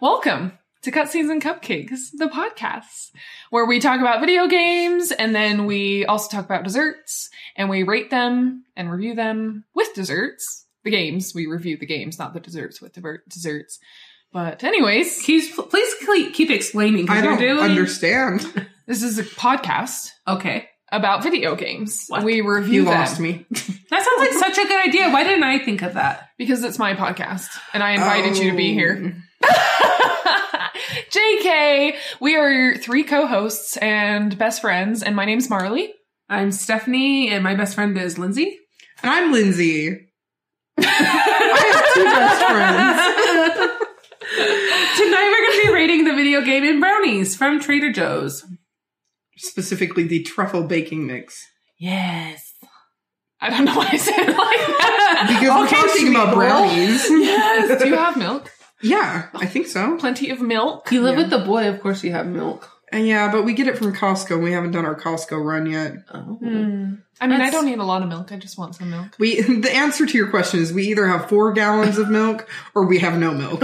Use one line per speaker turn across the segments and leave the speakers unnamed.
Welcome to Cutscenes and Cupcakes, the podcast where we talk about video games and then we also talk about desserts and we rate them and review them with desserts. The games, we review the games, not the desserts with the desserts. But, anyways,
Please, please keep- keep explaining
I
because you're
don't
doing.
understand.
this is a podcast
okay,
about video games.
What?
We review
You
them
lost me.
that sounds like such a good idea. Why didn't I think of that?
because it's my podcast and I invited you to be here.
Um,
JK, we are your three co-hosts and best friends, and my name's Marley.
I'm Stephanie, and my best friend is Lindsay.
And I'm Lindsay. I have two best friends.
Tonight we're going to be rating the video game in brownies from Trader Joe's.
Specifically, the truffle baking mix.
Yes.
I don't know why I said it like that.
Because we're
Okay,
talking about
sweet girl.
brownies.
Yes.
Do you have milk?
yeah, I think so.
Plenty of milk.
You live
Yeah.
with the boy, of course you have milk.
Uh, yeah, but we get it from Costco. We haven't done our Costco run yet.
Oh.
Hmm. I mean, I
That's-
don't need a lot of milk. I just want some milk.
We the answer to your question is we either have four gallons of milk or we have no milk.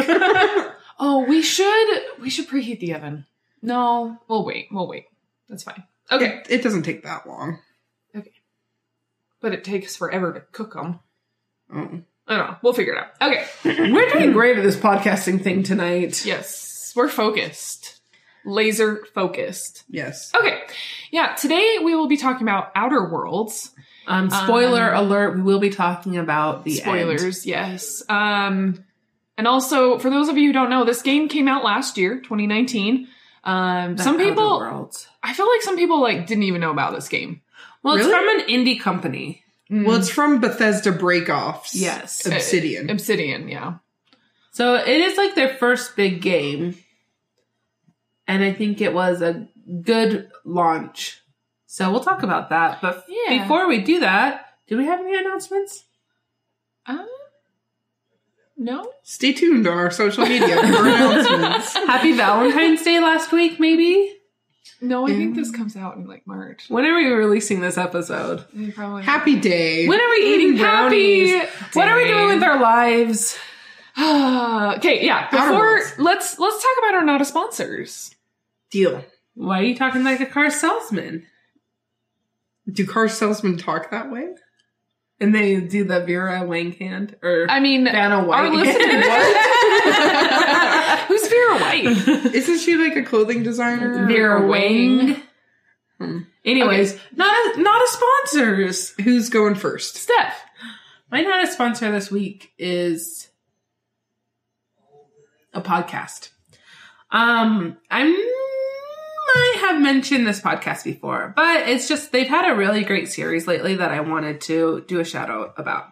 Oh, we should we should preheat the oven. No, we'll wait. We'll wait. That's fine. Okay,
It, it doesn't take that long.
but it takes forever to cook them.
Oh.
I don't know. We'll figure it out. Okay.
We're doing great at this podcasting thing tonight.
Yes, we're focused. Laser focused.
Yes.
Okay. Yeah, today we will be talking about Outer Worlds.
Um, spoiler alert, we will be talking about the
Spoilers,
end.
yes. Um and also for those of you who don't know, this game came out last year, 2019. Um
The
some
Outer
people
Worlds.
I feel like some people like didn't even know about this game.
Well, it's
Really?
from an indie company.
Mm.
Well, it's from Bethesda Breakoffs.
Um, Yes. Uh,
Obsidian.
Obsidian, yeah.
So it is like their first big game. And I think it was a good launch. So we'll talk about that. But
Yeah.
before we do that, do we have any announcements?
Um, no?
Stay tuned on our social media for announcements.
Happy Valentine's Day last week, maybe?
No, I think
Yeah.
this comes out in like March.
When are we releasing this episode?
Mm, Probably.
Happy day.
When are we eating brownies?
Happy.
What are we doing with our lives?
okay, yeah.
Outer
Before
Worlds.
let's let's talk about our not a sponsors.
Deal.
Why are you talking like a car salesman?
Do car salesmen talk that way?
And they do the Vera Wang hand or
I mean,
Vanna White.
our listeners. Who's Vera White?
Isn't she like a clothing designer?
Vera Wang.
Hmm.
Anyways, not a, not a sponsors.
Who's going first?
Steph.
My not a sponsor this week is a podcast. Um, I might have mentioned this podcast before, but it's just they've had a really great series lately that I wanted to do a shout out about.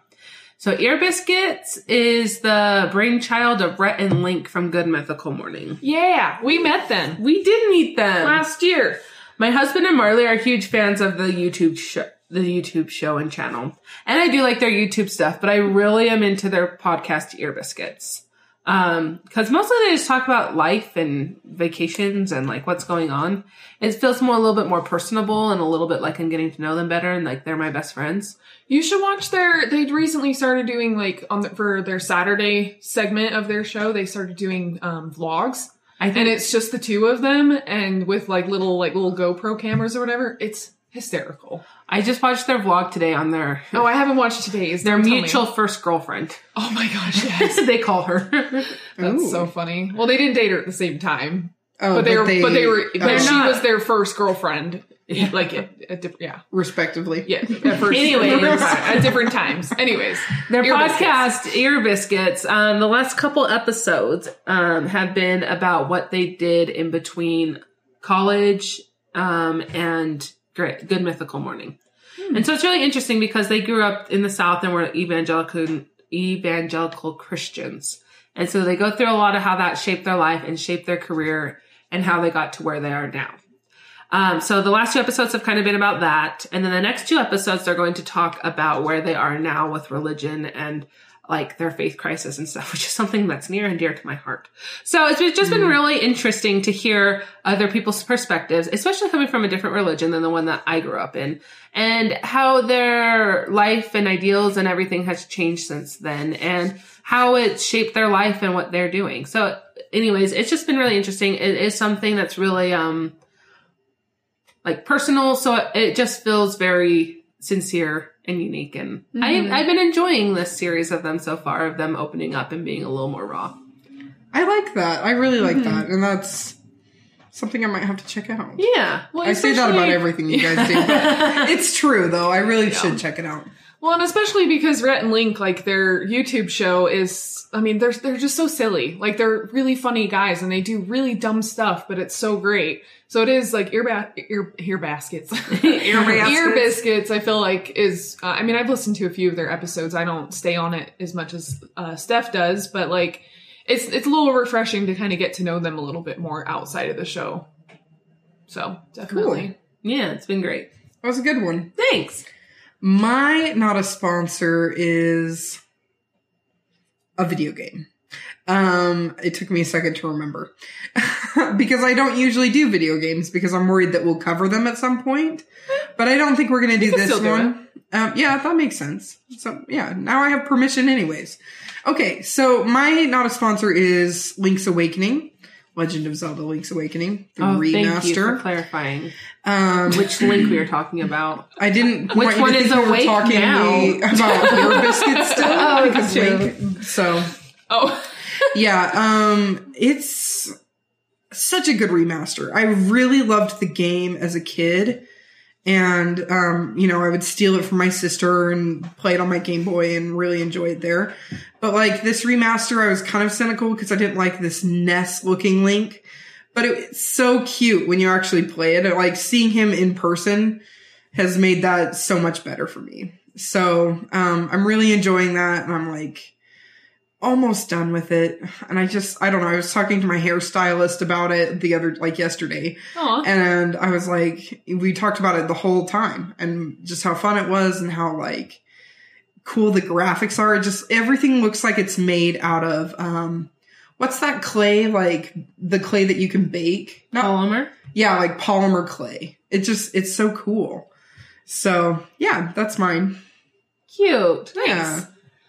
So Ear Biscuits is the brainchild of Rhett and Link from Good Mythical Morning.
Yeah, we met then
We did meet them
last year.
my husband and Marley are huge fans of the YouTube show, the YouTube show and channel. And I do like their YouTube stuff, but I really am into their podcast Ear Biscuits. Um, cause mostly they just talk about life and vacations and like what's going on. It feels more, a little bit more personable and a little bit like I'm getting to know them better and like they're my best friends.
You should watch their. They recently started doing like on the, for their Saturday segment of their show. They started doing um, vlogs,
I think
and it's just the two of them, and with like little like little GoPro cameras or whatever. It's hysterical.
I just watched their vlog today on their,
Oh, I haven't watched today's.
their
Don't tell me.
mutual first girlfriend.
Oh my gosh, yes.
they call her.
That's
Ooh.
so funny. Well, they didn't date her at the same time,
Oh,
but they were, but they were, but
oh,
she
not-
was their first girlfriend.
Yeah.
Like, at, at diff- yeah,
respectively.
yeah. At first,
Anyways.
at different times. Anyways,
Their
Ear
podcast, Ear Biscuits, um, the last couple episodes um, have been about what they did in between college um, and great, Good Mythical Morning. And so it's really interesting because they grew up in the South and were evangelical evangelical Christians. And so they go through a lot of how that shaped their life and shaped their career and how they got to where they are now. Um, so the last two episodes have kind of been about that. And then the next two episodes, they're going to talk about where they are now with religion and like their faith crisis and stuff, which is something that's near and dear to my heart. So it's been- just been really interesting to hear other people's perspectives, especially coming from a different religion than the one that I grew up in and how their life and ideals and everything has changed since then and how it shaped their life and what they're doing. So anyways, it's just been really interesting. It is something that's really um like personal, so it, it just feels very sincere and unique. And
Mhm.
I I've been enjoying this series of them so far, of them opening up and being a little more raw.
I like that. I really like
Mhm.
that, and that's something I might have to check out.
Yeah, well,
I say that about
especially-
everything you guys do. but it's true though. I really should check it out.
Well, and especially because Rhett and Link, like their YouTube show is, I mean, they're they're just so silly. Like they're really funny guys, and they do really dumb stuff, but it's so great. So it is like ear ba- ear ear baskets, ear
baskets.
ear biscuits. I feel like is, uh, I mean, I've listened to a few of their episodes. I don't stay on it as much as uh, Steph does, but like it's it's a little refreshing to kind of get to know them a little bit more outside of the show. So definitely,
Yeah, it's been great.
That was a good one.
Thanks.
My not a sponsor is a video game. Um, it took me a second to remember because I don't usually do video games because I'm worried that we'll cover them at some point. But I don't think we're going to do
can
this
still do
one. Um, yeah, that makes sense. So yeah, now I have permission, anyways. Okay, so my not a sponsor is Link's Awakening, Legend of Zelda: Link's Awakening, the
Oh,
remaster.
thank you for clarifying
um,
which link we were talking about.
I didn't.
Which
want you
one
to think
is
we were
awake
talking
now?
we- about your biscuit still?
Oh,
because
true.
Link. So
oh.
yeah, um, it's such a good remaster. I really loved the game as a kid, and um, you know, I would steal it from my sister and play it on my Game Boy and really enjoy it there. But like this remaster, I was kind of cynical because I didn't like this Ness looking Link. But it- it's so cute when you actually play it. Like seeing him in person has made that so much better for me. So um, I'm really enjoying that, and I'm like almost done with it. And I just I don't know. I was talking to my hairstylist about it the other like yesterday,
Aw.
and I was like, we talked about it the whole time and just how fun it was and how like cool the graphics are. It just everything looks like it's made out of um what's that clay like the clay that you can bake? Not
Polymer.
yeah, like polymer clay. It just it's so cool. So yeah, that's mine.
Cute. Nice.
Yeah.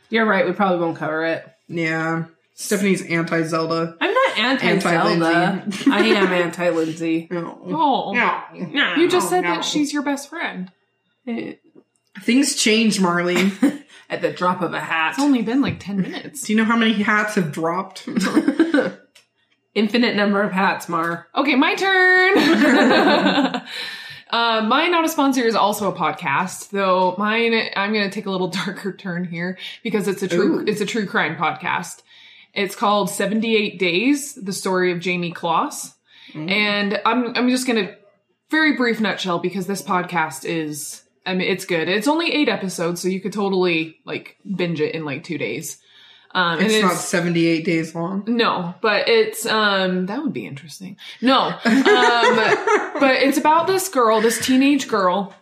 You're right. We probably won't cover it.
Yeah. Stephanie's anti Zelda.
I'm not anti Zelda.
Anti-Lindsay.
I am anti Lindsay.
No.
Oh.
No.
You just
Oh,
said that she's your best friend.
Things change, Marlene.
at the drop of a hat.
It's only been like 10 minutes.
Do you know how many hats have dropped?
Infinite number of hats, Mar.
Okay, my turn. Uh, my not a sponsor is also a podcast, though mine I'm going to take a little darker turn here because it's a true
Ooh.
it's a true crime podcast. It's called 78 Days: The Story of Jamie Kloss.
Mm.
And I'm I'm just gonna very brief nutshell because this podcast is I mean it's good. It's only eight episodes, so you could totally like binge it in like two days. Um, and
it's not 78 days long.
no, but it's um that would be interesting. No. Um but it's about this girl, this teenage girl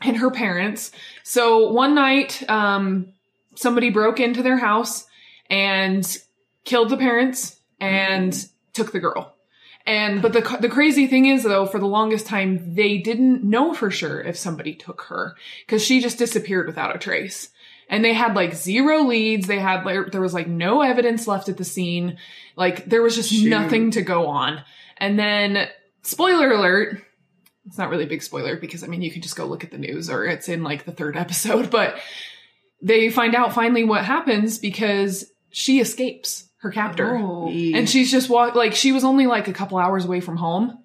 and her parents. So one night um somebody broke into their house and killed the parents and took the girl. And but the the crazy thing is though for the longest time they didn't know for sure if somebody took her cuz she just disappeared without a trace and they had like zero leads. They had like, there was like no evidence left at the scene. Like there was just
Shoot.
nothing to go on. And then spoiler alert. It's not really a big spoiler because I mean you can just go look at the news or it's in like the third episode, but they find out finally what happens because she escapes her
Oh.
captor.
Oh.
And she's just walk like she was only like a couple hours away from home,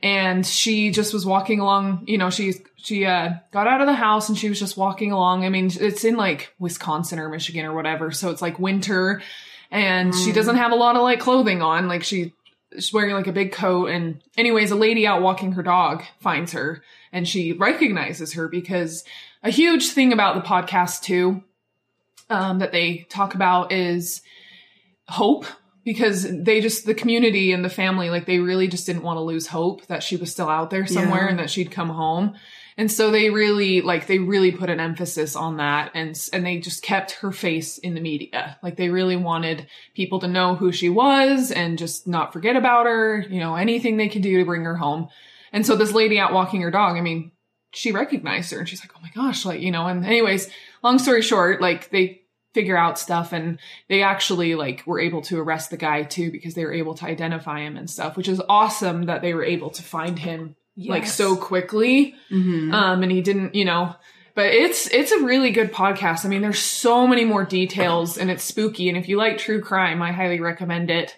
and she just was walking along. You know, she she uh, got out of the house and she was just walking along. I mean, it's in like Wisconsin or Michigan or whatever, so it's like winter, and she
Mm.
doesn't have a lot of like clothing on. Like she she's wearing like a big coat. And anyways, a lady out walking her dog finds her, and she recognizes her because a huge thing about the podcast too um, that they talk about is hope because they just the community and the family like they really just didn't want to lose hope that she was still out there somewhere
Yeah.
and that she'd come home and so they really like they really put an emphasis on that and s- and they just kept her face in the media like they really wanted people to know who she was and just not forget about her you know anything they could do to bring her home and so this lady out walking her dog i mean she recognized her and she's like oh my gosh like you know and anyways long story short like they figure out stuff and they actually like were able to arrest the guy too because they were able to identify him and stuff which is awesome that they were able to find him like
Yes.
so quickly
Mm-hmm.
um and he didn't you know but it's it's a really good podcast i mean there's so many more details and it's spooky and if you like true crime i highly recommend it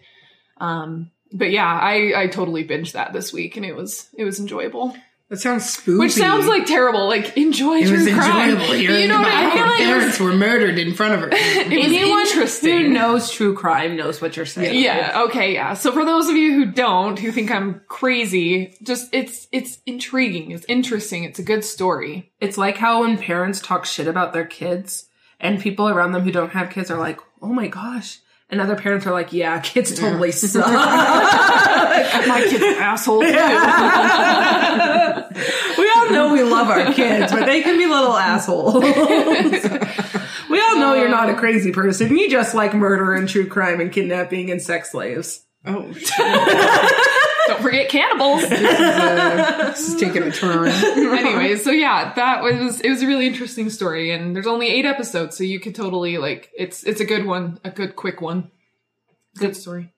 um but yeah i i totally binged that this week and it was it was enjoyable
that sounds spooky.
which sounds like terrible like enjoy
it
true
was
crime
enjoyable. hearing
you know what i
about
feel
how
like it
Her
was-
parents were murdered in front of her.
it was
Anyone who
interesting
knows true crime knows what you're saying.
Yeah, okay, yeah. So for those of you who don't, who think I'm crazy, just it's it's intriguing, it's interesting, it's a good story.
It's like how when parents talk shit about their kids and people around them who don't have kids are like, oh my gosh. And other parents are like, yeah, kids totally suck.
My kid's an asshole too.
we all know we love our kids, but they can be little assholes. Uh. we all know you're not a crazy person. You just like murder and true crime and kidnapping and sex slaves.
oh, shit.
Don't forget cannibals.
Uh, this is taking a turn.
anyway, so yeah, that was it was a really interesting story, and there's only eight episodes, so you could totally like it's it's a good one, a good quick one. Good story.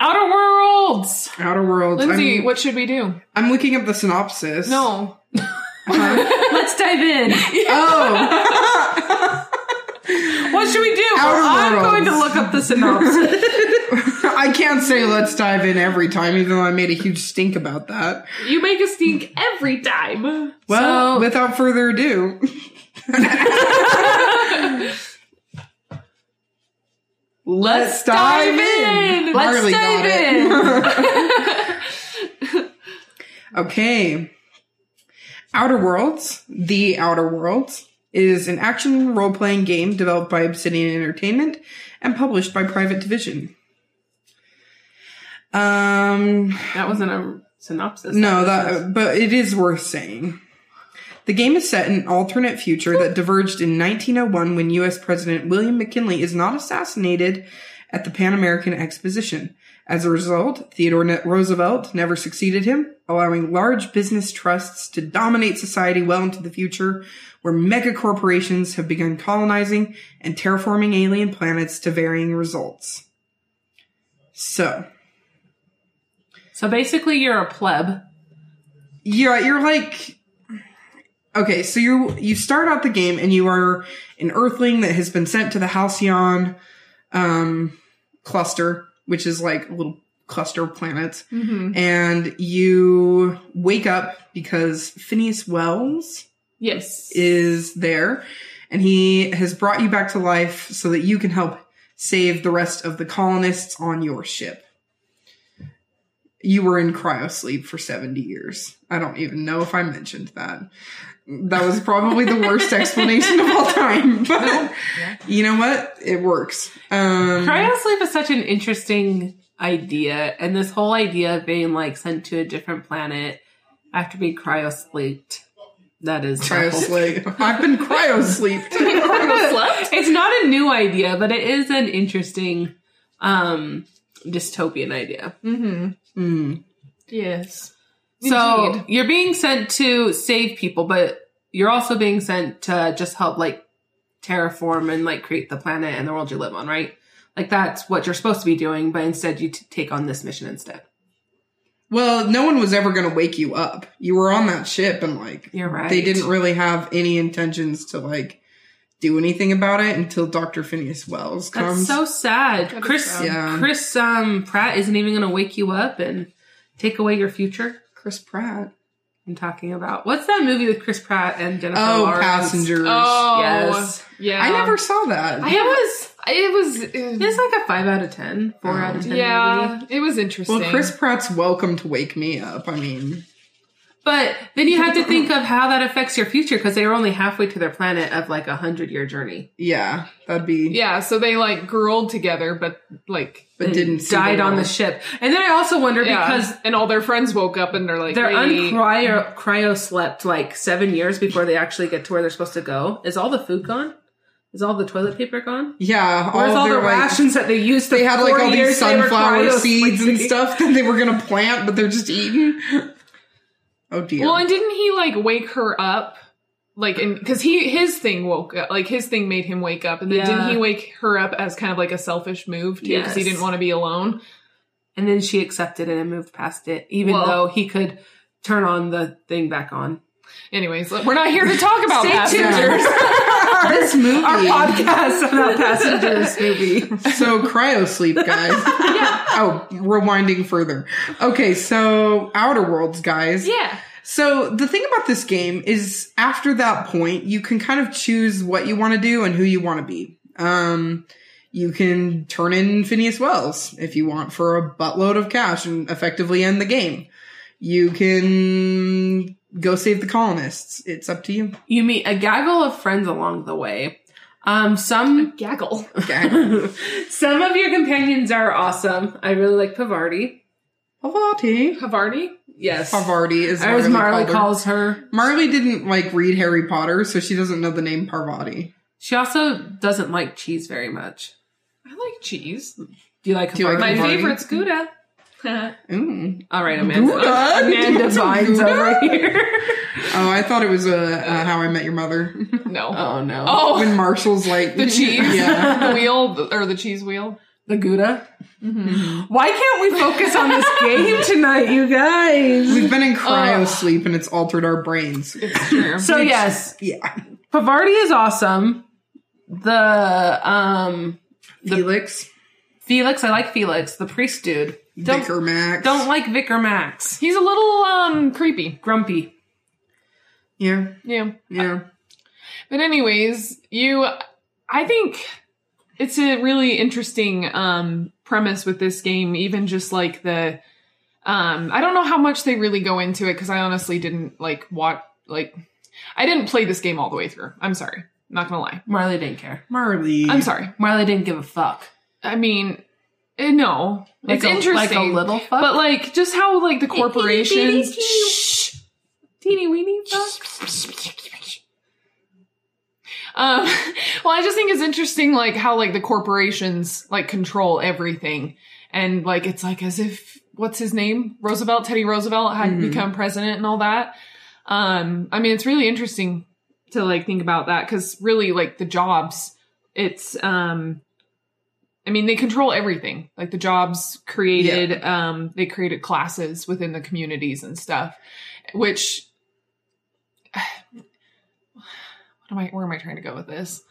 Outer Worlds.
Outer Worlds.
Lindsay,
I'm,
what should we do?
I'm looking up the synopsis.
No.
Huh?
Let's dive in.
oh,
What should we do?
Outer
Well, I'm
Worlds.
going to look up the synopsis.
I can't say let's dive in every time, even though I made a huge stink about that.
You make us think every time.
Well,
So-
without further ado,
Let's
dive in.
Let's
Harley
dive
got
in.
Okay. Outer Worlds, The Outer Worlds, is an action role playing game developed by Obsidian Entertainment and published by Private Division. Um,
That wasn't a synopsis.
no, that, but it is worth saying. The game is set in an alternate future that diverged in 1901 when U.S. President William McKinley is not assassinated at the Pan American Exposition. As a result, Theodore Ne- Roosevelt never succeeded him, allowing large business trusts to dominate society well into the future, where mega corporations have begun colonizing and terraforming alien planets to varying results. So,
So basically, you're a pleb.
yeah you're like okay so you you start out the game and you are an earthling that has been sent to the halcyon um cluster which is like a little cluster of planets
Mm-hmm.
and you wake up because phineas wells
Yes.
is there and he has brought you back to life so that you can help save the rest of the colonists on your ship. You were in cryosleep for 70 years. I don't even know if I mentioned that. That was probably the worst explanation of all time, but
Yeah.
you know what? It works. Um,
Cryo sleep is such an interesting idea, and this whole idea of being like sent to a different planet after being cryo sleeped. That is awful.
cryosleep. I've been cryosleeped.
Slept?
It's not a new idea, but it is an interesting um dystopian idea.
Mm-hmm.
Hmm.
Yes.
So
Indeed.
you're being sent to save people, but you're also being sent to just help like terraform and like create the planet and the world you live on, right? Like that's what you're supposed to be doing, but instead you t- take on this mission instead.
Well, no one was ever going to wake you up. You were on that ship and like
You're right.
they didn't really have any intentions to like do anything about it until Dr. Phineas Wells
That's
comes.
so sad.
That is
Chris,
sad.
Yeah.
Chris, um, Pratt isn't even going to wake you up and take away your future.
Chris Pratt.
I'm talking about what's that movie with Chris Pratt and Jennifer
Oh,
Lawrence?
passengers.
Oh,
Yes.
yeah.
I never saw that.
I
It was.
It was. It
It's like a five out of ten, four out of ten. movie.
yeah, it was interesting.
well, Chris Pratt's welcome to wake me up. I mean,
But then you have to think of how that affects your future because they were only halfway to their planet of like a hundred year journey.
yeah, that'd be.
Yeah, so they like girled together, but like
But
And
didn't see
died on the
world.
ship. And then I also wonder
yeah,
because
and all their friends woke up and they're like
they're
hey.
uncryo cryo slept like seven years before they actually get to where they're supposed to go. Is all the food gone? Is all the toilet paper gone?
Yeah,
Where's all, the
their, like-
rations that they used?
They had like all these sunflower seeds and
stuff.
stuff that they were gonna plant, but they're just eaten. Oh dear.
Well, and didn't he like wake her up like and because he his thing woke up like his thing made him wake up and then didn't
Yeah.
he wake her up as kind of like a selfish move too because he
Yes.
didn't want to be alone
And then she accepted it and moved past it, even
Well-
though he could turn on the thing back on.
anyways we're not here to talk about
Stay
passengers
this movie.
Our podcast about passengers movie.
so cryo sleep, guys. Oh, rewinding further. Okay, so Outer Worlds, guys.
yeah
So the thing about this game is after that point, you can kind of choose what you want to do and who you want to be. Um, you can turn in Phineas Wells if you want for a buttload of cash and effectively end the game. You can go save the colonists. It's up to you.
You meet a gaggle of friends along the way. Um, some
gaggle
Okay.
some of your companions are awesome. I really like Pavarti.
Havarti.
havarti
Yes.
Havarti is
Or as
Marley
Marley
called her.
calls her.
Marley didn't like read Harry Potter, so she doesn't know the name Parvati.
She also doesn't like cheese very much.
i like cheese
Do you like
Do you like
Havarti?
my
Havarti?
favorite's gouda
Ooh.
All right, Amanda.
Gouda?
Amanda
It's a
Vines
Gouda?
over here.
Oh, I thought it was uh, uh, How I Met Your Mother.
no
Oh no.
oh
when Marshall's like
the cheese
Yeah.
the wheel or the cheese wheel
The Gouda.
Mhm.
Why can't we focus on this game tonight, you guys?
We've been in cryo
Oh.
sleep and it's altered our brains.
it's true
So yes,
Yeah.
Pavarti is awesome. The um
Felix,
Felix, I like Felix, the priest dude. Don't
Vicar Max.
don't like Vicar Max.
he's a little um creepy
Grumpy.
Yeah.
yeah
Yeah.
But anyways, you I think it's a really interesting um premise with this game, even just like the um I don't know how much they really go into it because I honestly didn't like watch like I didn't play this game all the way through. I'm sorry. Not gonna lie.
Marley didn't care.
Marley.
I'm sorry.
Marley didn't give a fuck.
I mean eh, no.
Like
it's
a,
interesting.
Like a little fuck.
but like just how like the corporations
Shh. Teeny weeny fuck.
Um, well, I just think it's interesting, like how like the corporations like control everything, and like it's like as if what's his name Roosevelt, Teddy Roosevelt had
Mhm.
become president and all that. Um, I mean, it's really interesting to like think about that because really, like the jobs, it's um, I mean, they control everything, like the jobs created. Um, they created classes within the communities and stuff, which what am I? Where am I trying to go with this?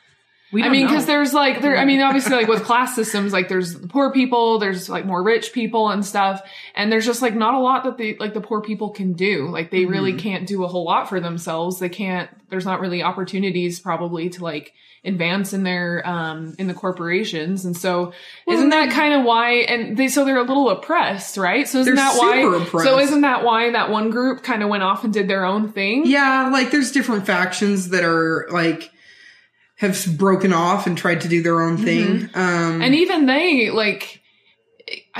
We
I
don't
mean, because
know.
there's like there. I mean, obviously, like with class systems, like there's the poor people, there's like more rich people and stuff, and there's just like not a lot that the like the poor people can do. Like they really
Mm-hmm.
can't do a whole lot for themselves. They can't. There's not really opportunities probably to like advance in their um in the corporations, and so
Well,
isn't that kind of why? And they so they're a little oppressed, right? So isn't
They're
that why?
super oppressed.
So isn't that why that one group kind of went off and did their own thing?
Yeah, like there's different factions that are like have broken off and tried to do their own thing.
Mm-hmm.
Um
and even they like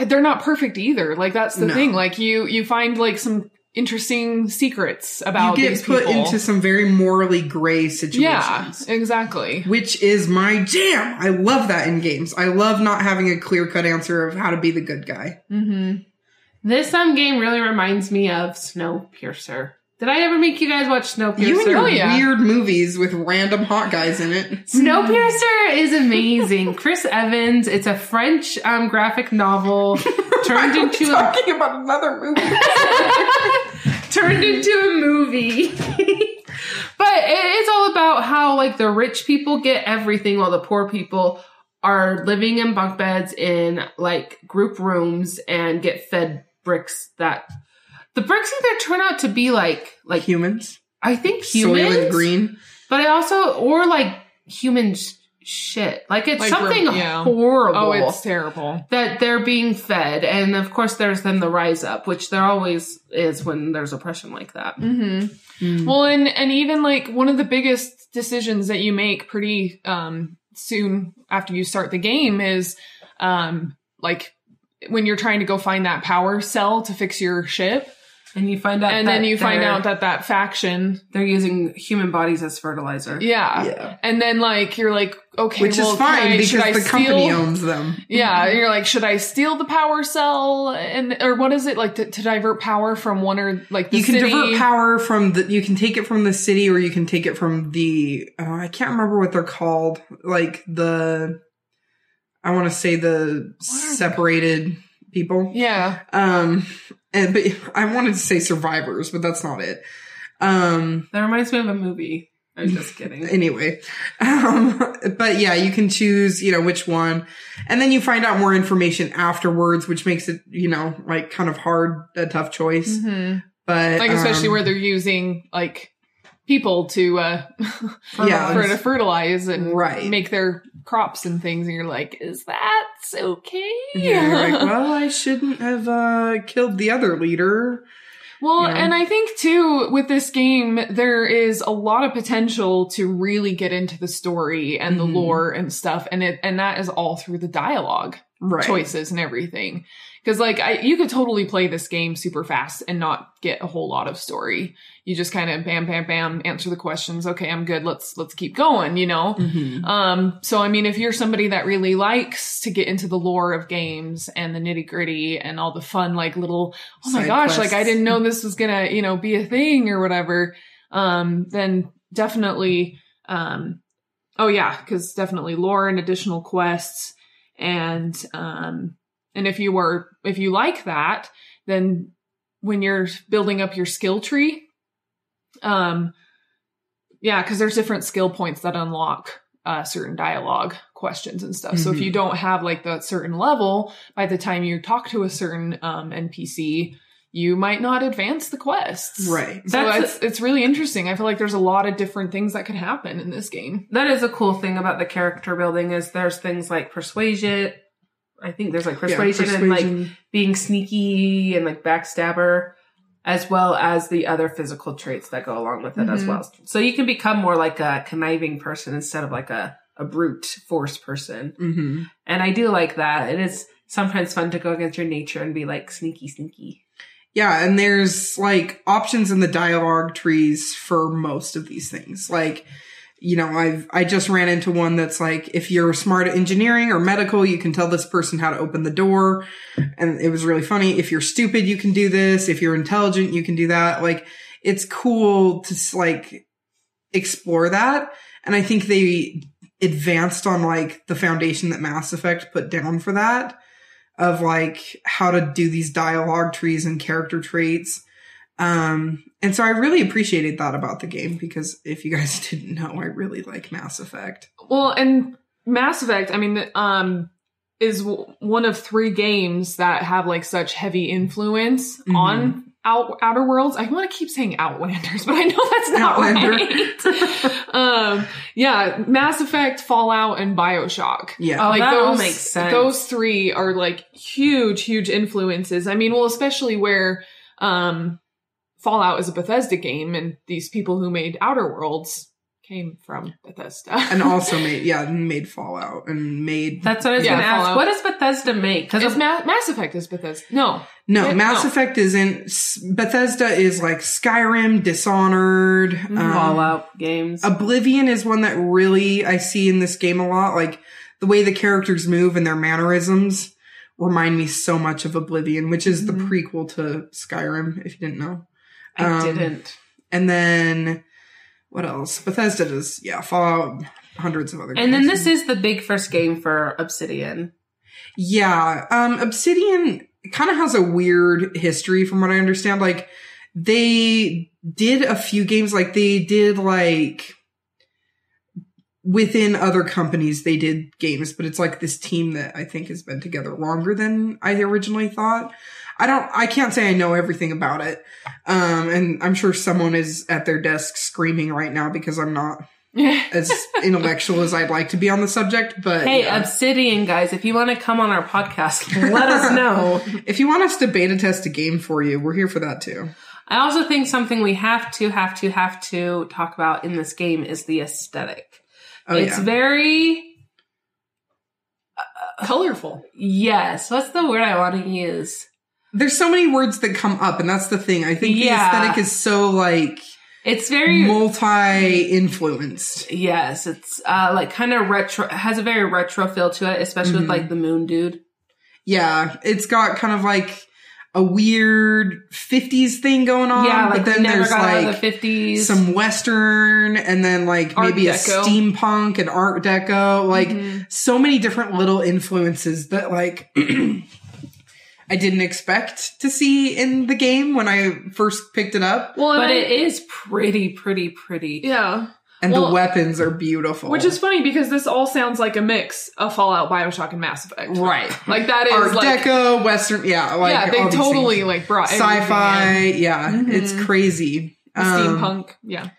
they're not perfect either like that's the
No.
thing like you you find like some interesting secrets
you
about
get
these
put
people
into some very morally gray
yeah
situations.
exactly
Which is my jam. I love that in games. I love not having a clear cut answer of how to be the good guy.
mm-hmm.
This um game really reminds me of Snowpiercer. Did I ever make you guys watch Snowpiercer?
You and your
Oh, yeah.
weird movies with random hot guys in it.
Snowpiercer is amazing. Chris Evans. It's a French um, graphic novel turned into a
talking about another movie.
turned into a movie. but it is all about how like the rich people get everything while the poor people are living in bunk beds in like group rooms and get fed bricks that the bricks either turn out to be like like
humans,
I think
soil and
humans
green.
but I also or like human sh- shit. Like it's
Like,
something
yeah.
horrible
oh it's terrible
that they're being fed. And of course there's then the rise up, which there always is when there's oppression like that.
mm-hmm. Well, and and even like one of the biggest decisions that you make pretty um, soon after you start the game is um, like when you're trying to go find that power cell to fix your ship.
And you find out,
and
that
then you find
they're-
out that that faction,
they're using human bodies as fertilizer.
yeah.
yeah.
And then like you're like, Uh, okay,
Which
well,
is
can
fine
I-
because
should I
the company
steal-
owns them.
Yeah, you're like, should I steal the power cell and or what is it like to, to divert power from one or like the
you can
city?
divert power from the you can take it from the city or you can take it from the oh, i can't remember what they're called like the i want to say the separated people
Yeah,
um and but i wanted to say survivors but that's not it um
That reminds me of a movie. I'm just kidding.
anyway um but yeah you can choose you know which one and then you find out more information afterwards which makes it you know like kind of hard a tough choice
hmm
but
like especially
um,
where they're using like people to uh
Yeah.
for to fertilize and
Right.
make their crops and things, and you're like, is that okay?
Yeah, you're like, well, I shouldn't have uh, killed the other leader.
Well,
you know?
and I think too with this game, there is a lot of potential to really get into the story and
Mhm.
the lore and stuff, and it and that is all through the dialogue
Right.
choices and everything. Because like I, you could totally play this game super fast and not get a whole lot of story. You just kind of bam, bam, bam, answer the questions. Okay, I'm good. Let's let's keep going. You know.
Mhm.
Um, so I mean, if you're somebody that really likes to get into the lore of games and the nitty gritty and all the fun, like little, oh my
Side
gosh, like I
quests.
didn't know this was gonna, you know, be a thing or whatever, um, then definitely, um, oh yeah, because definitely lore and additional quests and, um, and if you were, if you like that, then when you're building up your skill tree, um, yeah, because there's different skill points that unlock uh, certain dialogue questions and stuff. So if you don't have like that certain level, by the time you talk to a certain um, NPC, you might not advance the quests.
Right.
So
That's a-
it's it's really interesting. I feel like there's a lot of different things that could happen in this game.
That is a cool thing about the character building is there's things like persuasion. I think there's like
Yeah,
persuasion, and like
persuasion.
being sneaky and like backstabber, as well as the other physical traits that go along with it as
Mhm.
well. So you can become more like a conniving person instead of like a, a brute force person.
Mhm.
And I do like that. It is sometimes fun to go against your nature and be like sneaky, sneaky.
Yeah, and there's like options in the dialogue trees for most of these things. Like, you know, I've I just ran into one that's like, if you're smart at engineering or medical, you can tell this person how to open the door, and it was really funny. If you're stupid, you can do this. If you're intelligent, you can do that. Like, it's cool to s- like explore that, and I think they advanced on like the foundation that Mass Effect put down for that of like how to do these dialogue trees and character traits. Um, and so I really appreciated that about the game because if you guys didn't know, I really like Mass Effect.
Well, and Mass Effect, I mean, um, is w- one of three games that have like such heavy influence
Mhm.
on out- Outer Worlds. I want to keep saying Outlanders, but I know that's not
Outlander.
right. um, yeah, Mass Effect, Fallout, and Bioshock.
Yeah.
Oh,
like
that
those,
all makes sense.
Those three are like huge, huge influences. I mean, well, especially where um, Fallout is a Bethesda game, and these people who made Outer Worlds came from Bethesda.
And also made, yeah, made Fallout and made,
That's what I was
Yeah,
going to ask.
follow.
What does Bethesda make?
It's
Because
Ma- Mass Effect is Bethesda. No,
no,
it-
Mass
no.
Effect isn't, S- Bethesda is like Skyrim, Dishonored, um,
Fallout games.
Um,
Oblivion is one that really I see in this game a lot. Like the way the characters move and their mannerisms remind me so much of Oblivion, which is the
Mm-hmm.
Mhm.
prequel to Skyrim, if you didn't know.
I
um,
didn't.
And then what else? Bethesda does, yeah, Fallout, hundreds of other
um,
And then
games.
this is the big first game for Obsidian.
Yeah. Um, Obsidian kind of has a weird history from what I understand. Like they did a few games, like they did like within other companies, they did games, but it's like this team that I think has been together longer than I originally thought. I don't, I can't say I know everything about it. Um, and I'm sure someone is at their desk screaming right now because I'm not
yeah,
as intellectual as I'd like to be on the subject,
Uh,
but
Hey,
yeah.
Obsidian guys, if you want to come on our podcast, let us know.
If you want us to beta test a game for you, we're here for that too.
I also think something we have to, have to, have to talk about in this game is the aesthetic.
Oh
it's
yeah.
very,
colorful.
yes, what's the word I want to use?
there's so many words that come up, and that's the thing. I think
Yeah.
the aesthetic is so like
It's very
multi influenced.
yes. It's uh like kind of retro. Has a very retro feel to it, especially with
Mhm.
like the moon dude.
Yeah, it's got kind of like a weird 50s thing going on,
yeah, like
Um, but then
never
there's
got out of the
like
fifties.
some western and then like
Art
maybe a
Deco. Mm-hmm.
steampunk and art deco, like so many different little influences that like I didn't expect to see in the game when I first picked it up.
Well, and
but
I-
it is pretty, pretty, pretty.
yeah,
And
Well,
the weapons are beautiful.
which is funny because this all sounds like a mix of Fallout, Bioshock, and Mass Effect.
right.
Like that is
Art
like
deco, western, yeah, like
yeah, they
all these
totally
things.
like brought everything
sci-fi,
in.
yeah,
Mhm.
it's crazy.
The
Um,
steampunk. Yeah,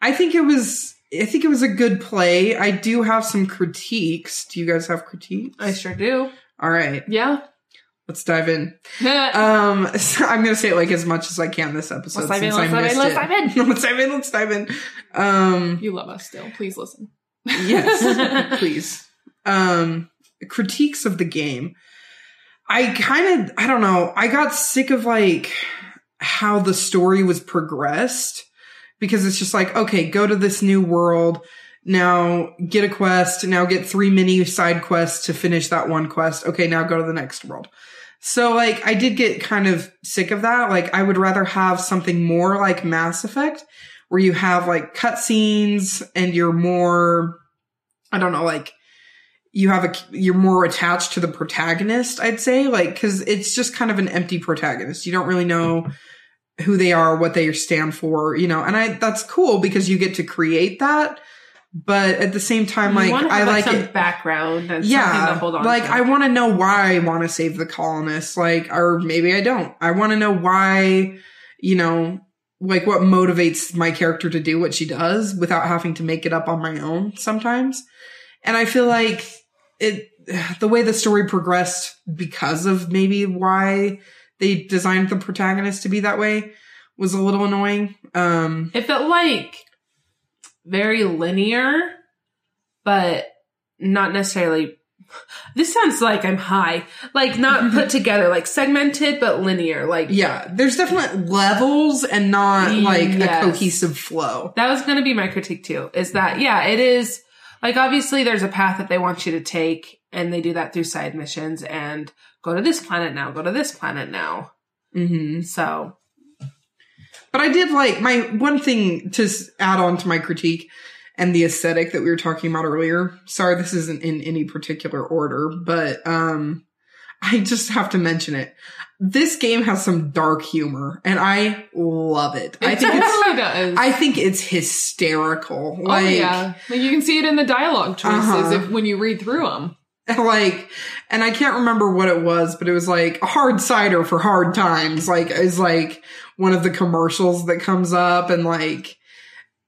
I think it was I think it was a good play. I do have some critiques. Do you guys have critiques?
I sure do.
All right,
yeah.
let's dive in.
Nah.
Um, so I'm gonna say it like as much as I can this episode.
Let's dive in,
since
let's
I
dive in,
missed
let's
it.
dive in.
let's dive in. Let's dive in. Um,
you love us still. Please listen.
yes, please. Um, critiques of the game. I kind of I don't know. I got sick of like how the story was progressed because it's just like okay, go to this new world. Now get a quest. Now get three mini side quests to finish that one quest. Okay, now go to the next world. So like I did get kind of sick of that. Like I would rather have something more like Mass Effect where you have like cutscenes and you're more I don't know like you have a you're more attached to the protagonist, I'd say, like cuz it's just kind of an empty protagonist. You don't really know who they are, what they stand for, you know. And I that's cool because you get to create that. But at the same time like
you wanna
I
have,
like
some
it
background and
yeah,
something to hold on.
like
to.
I want to know why I want to save the colonists, like, or maybe I don't. I want to know why, you know, like what motivates my character to do what she does without having to make it up on my own sometimes. And I feel like it, the way the story progressed because of maybe why they designed the protagonist to be that way was a little annoying. Um,
It felt like very linear, but not necessarily. This sounds like I'm high. Like not put together, like segmented, but linear. Like
yeah, there's definitely levels and not like
Yes.
a cohesive flow.
that was going to be my critique too. Is that yeah, it is. Like obviously, there's a path that they want you to take, and they do that through side missions and go to this planet now, go to this planet now.
hmm
So
But I did like my one thing to s- add on to my critique and the aesthetic that we were talking about earlier. Sorry, this isn't in any particular order, but um, I just have to mention it. This game has some dark humor, and I love it. I
It
think it's,
totally does.
I think it's hysterical. Like,
oh yeah, like you can see it in the dialogue choices
Uh-huh.
if, when you read through them.
like and i can't remember what it was but it was like a hard cider for hard times like is like one of the commercials that comes up and like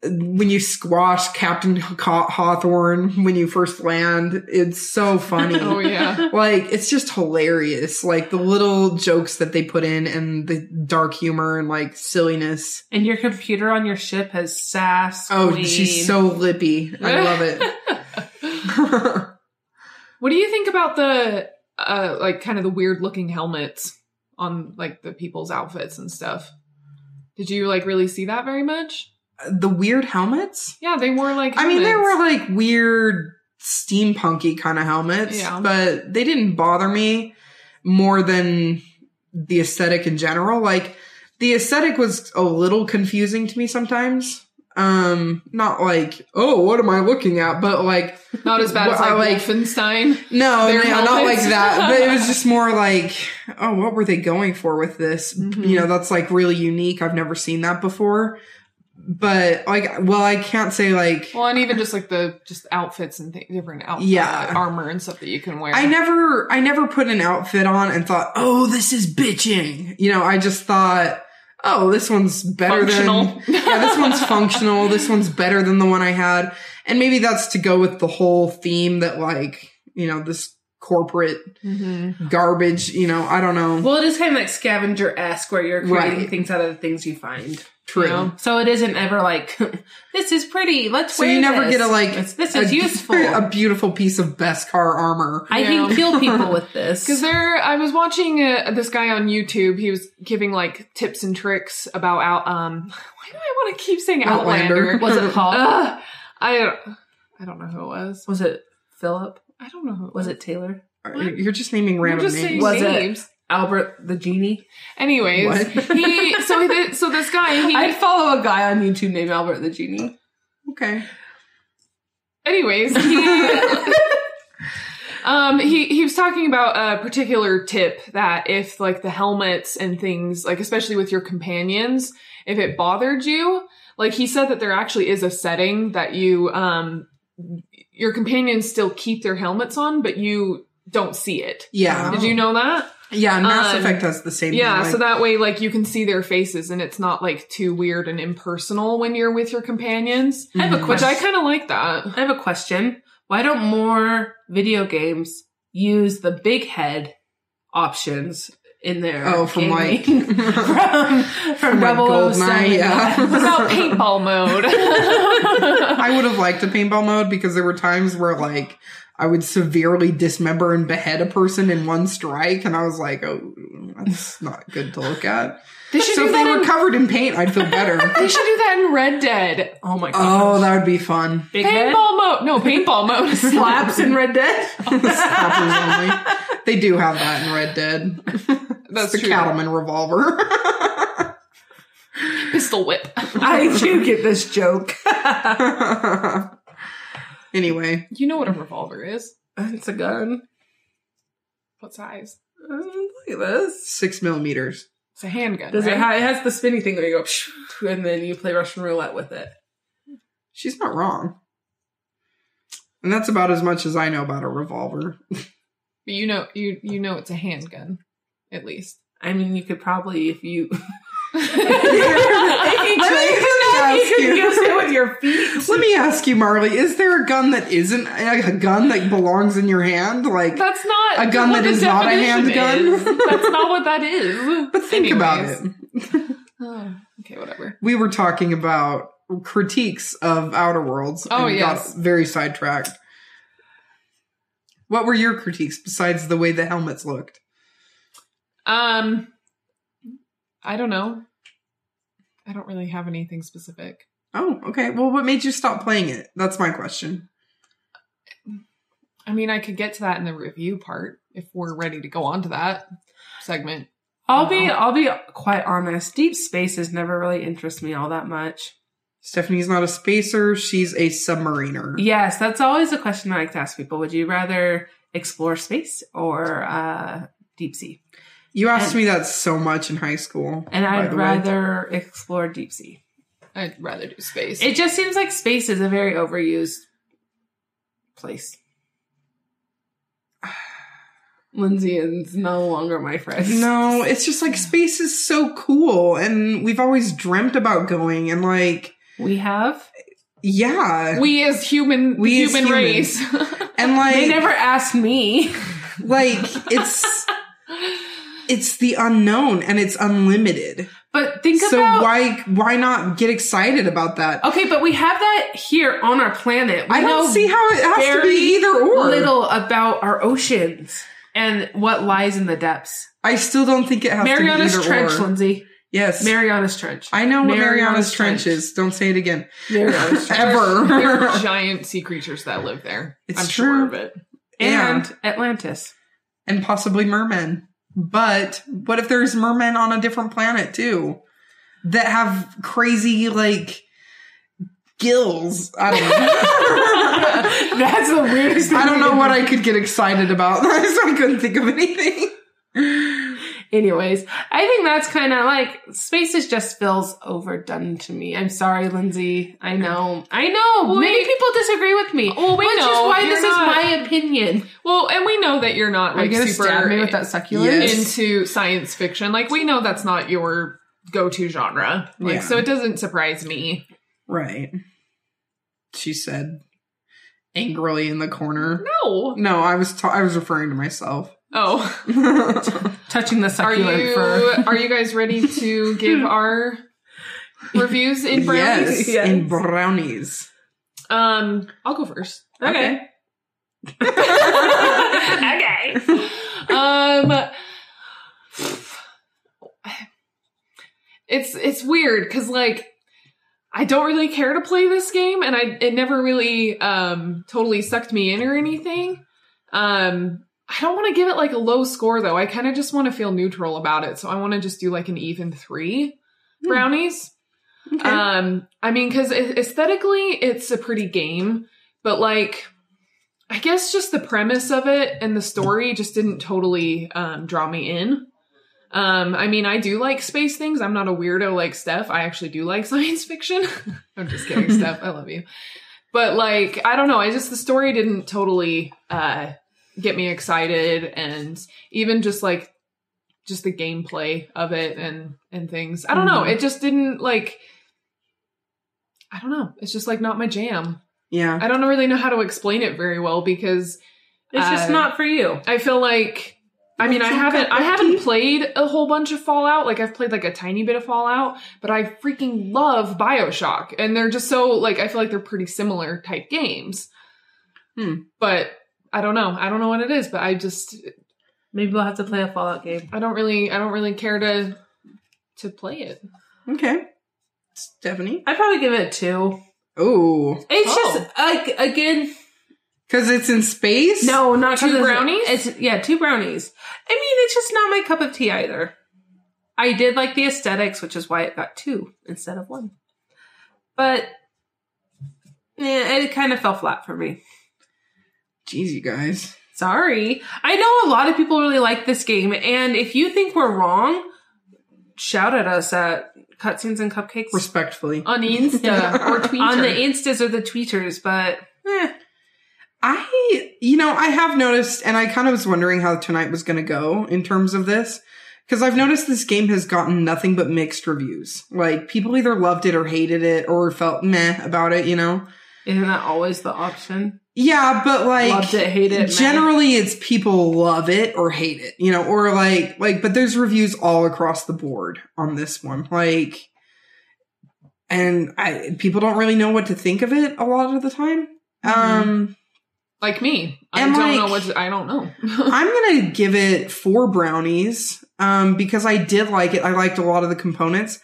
when you squash captain Haw- hawthorne when you first land it's so funny
Oh yeah,
like it's just hilarious like the little jokes that they put in and the dark humor and like silliness
and your computer on your ship has sass.
oh
Queen.
she's so lippy i love it
what do you think about the uh like kind of the weird looking helmets on like the people's outfits and stuff? Did you like really see that very much?
the weird helmets
Yeah, they wore like.
I mean, they were
helmets.
like weird steampunky kind of helmets,
Yeah.
but they didn't bother me more than the aesthetic in general. Like the aesthetic was a little confusing to me sometimes. Um, not like, oh, what am I looking at? But like,
not as bad as like,
I like-
Wolfenstein.
no,
Their
no, not like
helmets.
that. But it was just more like, oh, what were they going for with this?
Mhm.
You know, that's like really unique. I've never seen that before. But like, well, I can't say like,
Well, and even just like the just outfits and th- different outfits,
Yeah.
armor and stuff that you can wear.
I never I never put an outfit on and thought, "Oh, this is bitching." You know, I just thought, "Oh, this one's better
Functional.
than Yeah, this one's functional. This one's better than the one I had." And maybe that's to go with the whole theme that like, you know, this corporate
hmm
garbage, you know, I don't know.
Well, it is kind of like scavenger esque, where you're creating
Right.
things out of the things you find.
True.
You know?
So it isn't ever like this is pretty. Let's
So
wear
you never
this.
get a like
It's- this
a-
is useful.
a beautiful piece of Beskar armor.
I
Yeah.
can kill people with this.
Because there, I was watching uh, this guy on YouTube. He was giving like tips and tricks about out. Um, why do I want to keep saying Outlander?
Outlander.
was it Paul?
Ugh, I don't, I don't know who it was.
was it Philip?
I don't know who it was.
Was it Taylor?
What?
You're just naming
I'm
random
just
names.
saying
Was it-
names.
Albert the genie?
Anyways,
What?
he so he, so this guy he
I'd follow a guy on YouTube named Albert the genie.
Okay.
anyways he um he he was talking about a particular tip that if like the helmets and things like especially with your companions if it bothered you like he said that there actually is a setting that you um your companions still keep their helmets on but you don't see it
Yeah.
did you know that
Yeah, Mass
Um,
Effect does the same
yeah
thing.
so that way like you can see their faces and it's not like too weird and impersonal when you're with your companions
I have a
which
question.
i kind of like that
I have a question. Why don't more video games use the big head options in their
Oh, from like
gaming? from from
From, like,
Double
Goldeneye, yeah.
without paintball mode.
I would have liked a paintball mode because there were times where like I would severely dismember and behead a person in one strike, and I was like, "Oh, that's not good to look at."
they should
so
do
if they
that.
were
In,
covered in paint, I'd feel better.
they should do that in Red Dead.
Oh my
oh,
god!
that would be fun.
big head
Paintball mode. No, paintball mode.
slaps in Red Dead.
Slappers only. They do have that in Red Dead.
That's
the
true.
cattleman revolver.
Pistol whip.
I do get this joke.
anyway,
You know what a revolver is?
it's a gun.
What size?
Uh, Look at this.
six millimeters.
It's a handgun.
Does it,
right?
ha- it has the spinny thing where you go, psh, and then you play Russian roulette with it.
She's not wrong. And that's about as much as I know about a revolver.
But you know, you you know it's a handgun, at least.
I mean, you could probably, if you,
I
I was
you could
gonna
use
ask you.
it with your feet.
Let me ask you, Marley, is there a gun that isn't a a gun that belongs in your hand? Like,
That's not
A gun
what
that
the
is not a
definition
handgun?
is. That's not what that is.
but think about
Anyways.
it.
Oh, okay, whatever.
We were talking about critiques of Outer Worlds.
Oh,
and
yes.
Got very sidetracked. What were your critiques besides the way the helmets looked?
Um, I don't know. I don't really have anything specific.
Oh, okay. Well, what made you stop playing it? That's my question.
I mean, I could get to that in the review part if we're ready to go on to that segment.
I'll be,
Uh-huh.
I'll be quite honest. Deep spaces never really interest me all that much.
Stephanie's not a spacer, she's a submariner.
Yes, that's always a question I like to ask people. Would you rather explore space or uh, deep sea?
You asked
And-
me that so much in high school.
And
by
I'd
the way.
rather explore deep sea.
I'd rather do space.
It just seems like space is a very overused place. Lindsay is no longer my friend.
No, it's just like space is so cool and we've always dreamt about going and like
We have.
yeah.
we as human,
We
the
as
human race.
humans. and like
They never asked me.
like it's it's the unknown and it's unlimited.
But think
so
about
why why not get excited about that?
Okay, but we have that here on our planet. We
I
know
don't see how it has to
very
be either or.
little about our oceans and what lies in the depths.
I still don't think it has
Mariana's
to be either
Trench,
or.
Lindsay.
Yes.
Mariana's Trench.
I know what Mariana's,
Mariana's
trench.
Trench.
is. Don't say it again.
Mariana's Trench.
Ever.
There are giant sea creatures that live there.
It's
I'm sure
true.
of it.
Yeah.
And Atlantis.
and possibly mermen. But what if there's mermen on a different planet too that have crazy like gills? I don't know.
That's the weirdest thing.
I don't know what I could get excited about. so I couldn't think of anything.
Anyways, I think that's kind of like spaces just feels overdone to me. I'm sorry, Lindsay. I know. I know.
Well,
Many
we-
people disagree with me.
Well, we
which
know
is why
you're
this
not-
is my opinion.
Well, and we know that you're not like super
succulent?
Yes.
into science fiction. Like we know that's not your go-to genre. Like
Yeah.
so it doesn't surprise me.
Right. She said angrily in the corner.
No.
No, I was ta- I was referring to myself.
Oh.
Touching the
Are
succulent
you
for
are you guys ready to give our Reviews in brownies.
Yes,
Yes.
in brownies.
Um, I'll go first.
Okay.
okay. Um, it's it's weird because like I don't really care to play this game, and I it never really um totally sucked me in or anything. Um, I don't want to give it like a low score though. I kind of just want to feel neutral about it, so I want to just do like an even three
Hmm.
brownies.
Okay.
Um, I mean, because aesthetically, it's a pretty game, but like, I guess just the premise of it and the story just didn't totally um, draw me in. Um, I mean, I do like space things. I'm not a weirdo like Steph. I actually do like science fiction. I'm just kidding, Steph. I love you. But like, I don't know. I just the story didn't totally uh, get me excited, and even just like just the gameplay of it and and things. I don't know.
Mhm.
It just didn't like. I don't know. It's just like not my jam.
Yeah.
I don't really know how to explain it very well because
It's just
Uh,
not for you.
I feel like I mean I
Some
haven't
cup
I
of
haven't
tea.
played a whole bunch of Fallout. Like I've played like a tiny bit of Fallout, but I freaking love BioShock and they're just so like I feel like they're pretty similar type games.
Hmm.
But I don't know. I don't know what it is, but I just
Maybe we'll have to play a Fallout game.
I don't really I don't really care to to play it.
Okay. Stephanie.
I'd probably give it a two.
Oh,
It's
Oh.
just like again,
because it's in space.
no, not
Two
'cause it's-
brownies?
It's yeah, two brownies. I mean, it's just not my cup of tea either. I did like the aesthetics, which is why it got two instead of one. But yeah, it kind of fell flat for me.
Jeez, you guys.
Sorry. I know a lot of people really like this game, and if you think we're wrong, shout at us at cutscenes and cupcakes
Respectfully,
On Insta or Twitter.
on the instas or the tweeters. But
Eh. I, you know, I have noticed, and I kind of was wondering how tonight was going to go in terms of this, because I've noticed this game has gotten nothing but mixed reviews. Like people either loved it or hated it or felt meh about it. You know.
isn't that always the option?
Yeah, but like
Loved it, hate it, meh.
Generally, it's people love it or hate it, you know, or like like. But there's reviews all across the board on this one, like, and I people don't really know what to think of it a lot of the time. Um,
like me. I
And,
don't know
like-
what to- I don't know.
I'm gonna give it four brownies, um, because I did like it. I liked a lot of the components.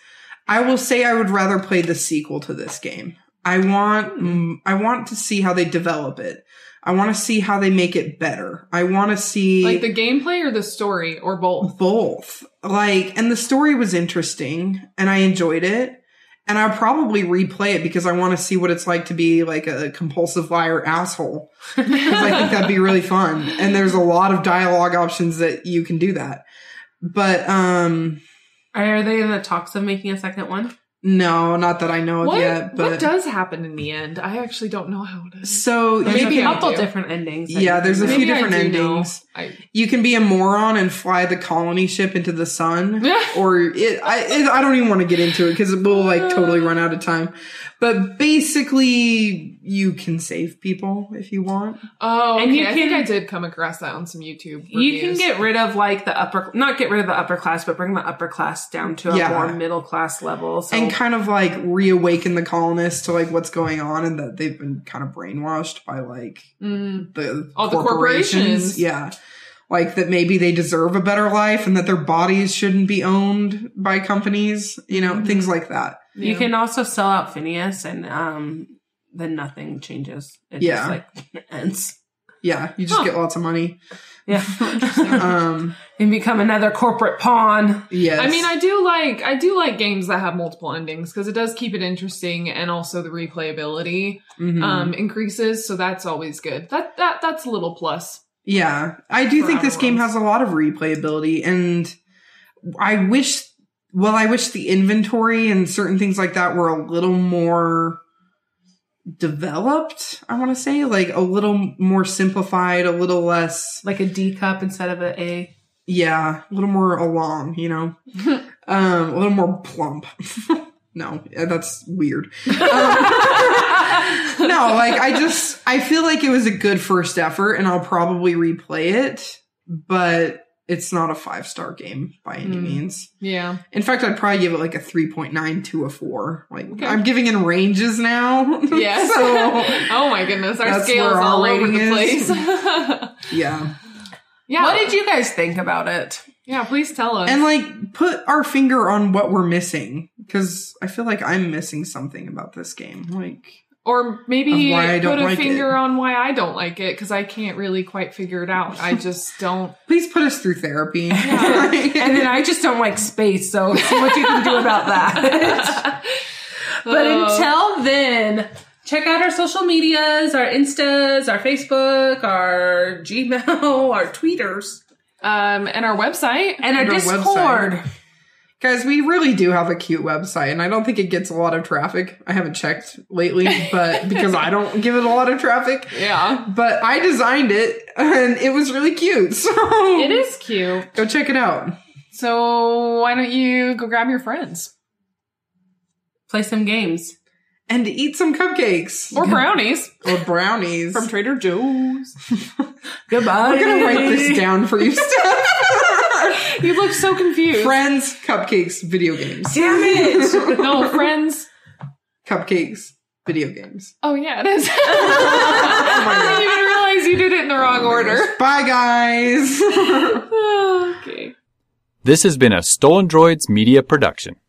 I will say I would rather play the sequel to this game. I want mm, I want to see how they develop it. I want to see how they make it better. I want to see
like the gameplay or the story or both.
both. Like, and the story was interesting and I enjoyed it. And I'll probably replay it because I want to see what it's like to be like a compulsive liar asshole. Because I think that'd be really fun. And there's a lot of dialogue options that you can do that. But um
Are they in the talks of making a second one?
no, not that I know of
What,
yet.
what
But
does happen in the end? I actually don't know how it is.
so
There's
maybe
a
I
couple
do.
different endings. that
Yeah,
you
there's a
can
few
do.
Maybe I
different
do know.
endings.
I,
you can be a moron and fly the colony ship into the sun. or it, I, it, I don't even want to get into it because it will like totally run out of time. But basically, you can save people if you want.
oh, okay.
And you
I think
can-
I did come across that on some YouTube.
You can
reviews.
get rid of like the upper, not get rid of the upper class, but bring the upper class down to a
Yeah.
more middle class level. So
And kind of like reawaken the colonists to like what's going on and that they've been kind of brainwashed by like
Mm,
the
All the corporations.
Yeah. Like that maybe they deserve a better life and that their bodies shouldn't be owned by companies, you know,
Mhm.
things like that.
you
yeah.
can also sell out Phineas, and um, then nothing changes. It
Yeah.
just like ends.
Yeah. You just
Huh.
get lots of money.
Yeah,
Um,
and become another corporate pawn.
yes.
I mean, I do like I do like games that have multiple endings because it does keep it interesting, and also the replayability
Mhm.
um, increases, so that's always good. That that that's a little plus.
Yeah, I do
For
think this
our
game
ones.
has a lot of replayability, and I wish, well, I wish the inventory and certain things like that were a little more developed. I want to say, like a little more simplified, a little less,
like a D cup instead of an A.
yeah, a little more along, you know, um, a little more plump. no, yeah, that's weird.
I
no, like I just I feel like it was a good first effort and I'll probably replay it, but it's not a five star game by any
Hmm.
Mm.
means.
Yeah.
In fact, I'd probably give it like a 3.9 to a 4. Like,
Okay.
I'm giving in ranges now.
Yeah.
so,
oh my goodness, our
that's
scale is
where our
all over the
rating is.
place.
yeah.
yeah.
What did you guys think about it?
Yeah, please tell us.
And like, put our finger on what we're missing. Because I feel like I'm missing something about this game. Like,
or
Of
maybe
why I don't
put a
like
finger
it.
on why I don't like it because I can't really quite figure it out. I just don't.
please put us through therapy.
Yeah.
And then I just don't like space, so see what you can do about that. But
Oh.
until then, check out our social medias, our Instas, our Facebook, our Gmail, our tweeters,
um, and our website.
and our
And our
Discord.
Guys, we really do have a cute website, and I don't think it gets a lot of traffic. I haven't checked lately, but because I don't give it a lot of traffic.
Yeah,
But I designed it, and it was really cute. So
it is cute.
Go check it out.
So why don't you go grab your friends
Play some games.
And eat some cupcakes
or brownies
or brownies.
from Trader Joe's?
Goodbye.
We're gonna write this down for you, Steph.
You look so confused.
Friends, cupcakes, video games.
Damn it.
no friends.
Cupcakes, video games.
Oh yeah, it is.
Oh my
I
God. Oh
didn't even realize you did it in the wrong order.
Bye, guys.
okay.
This has been a Stolen Droids Media Production.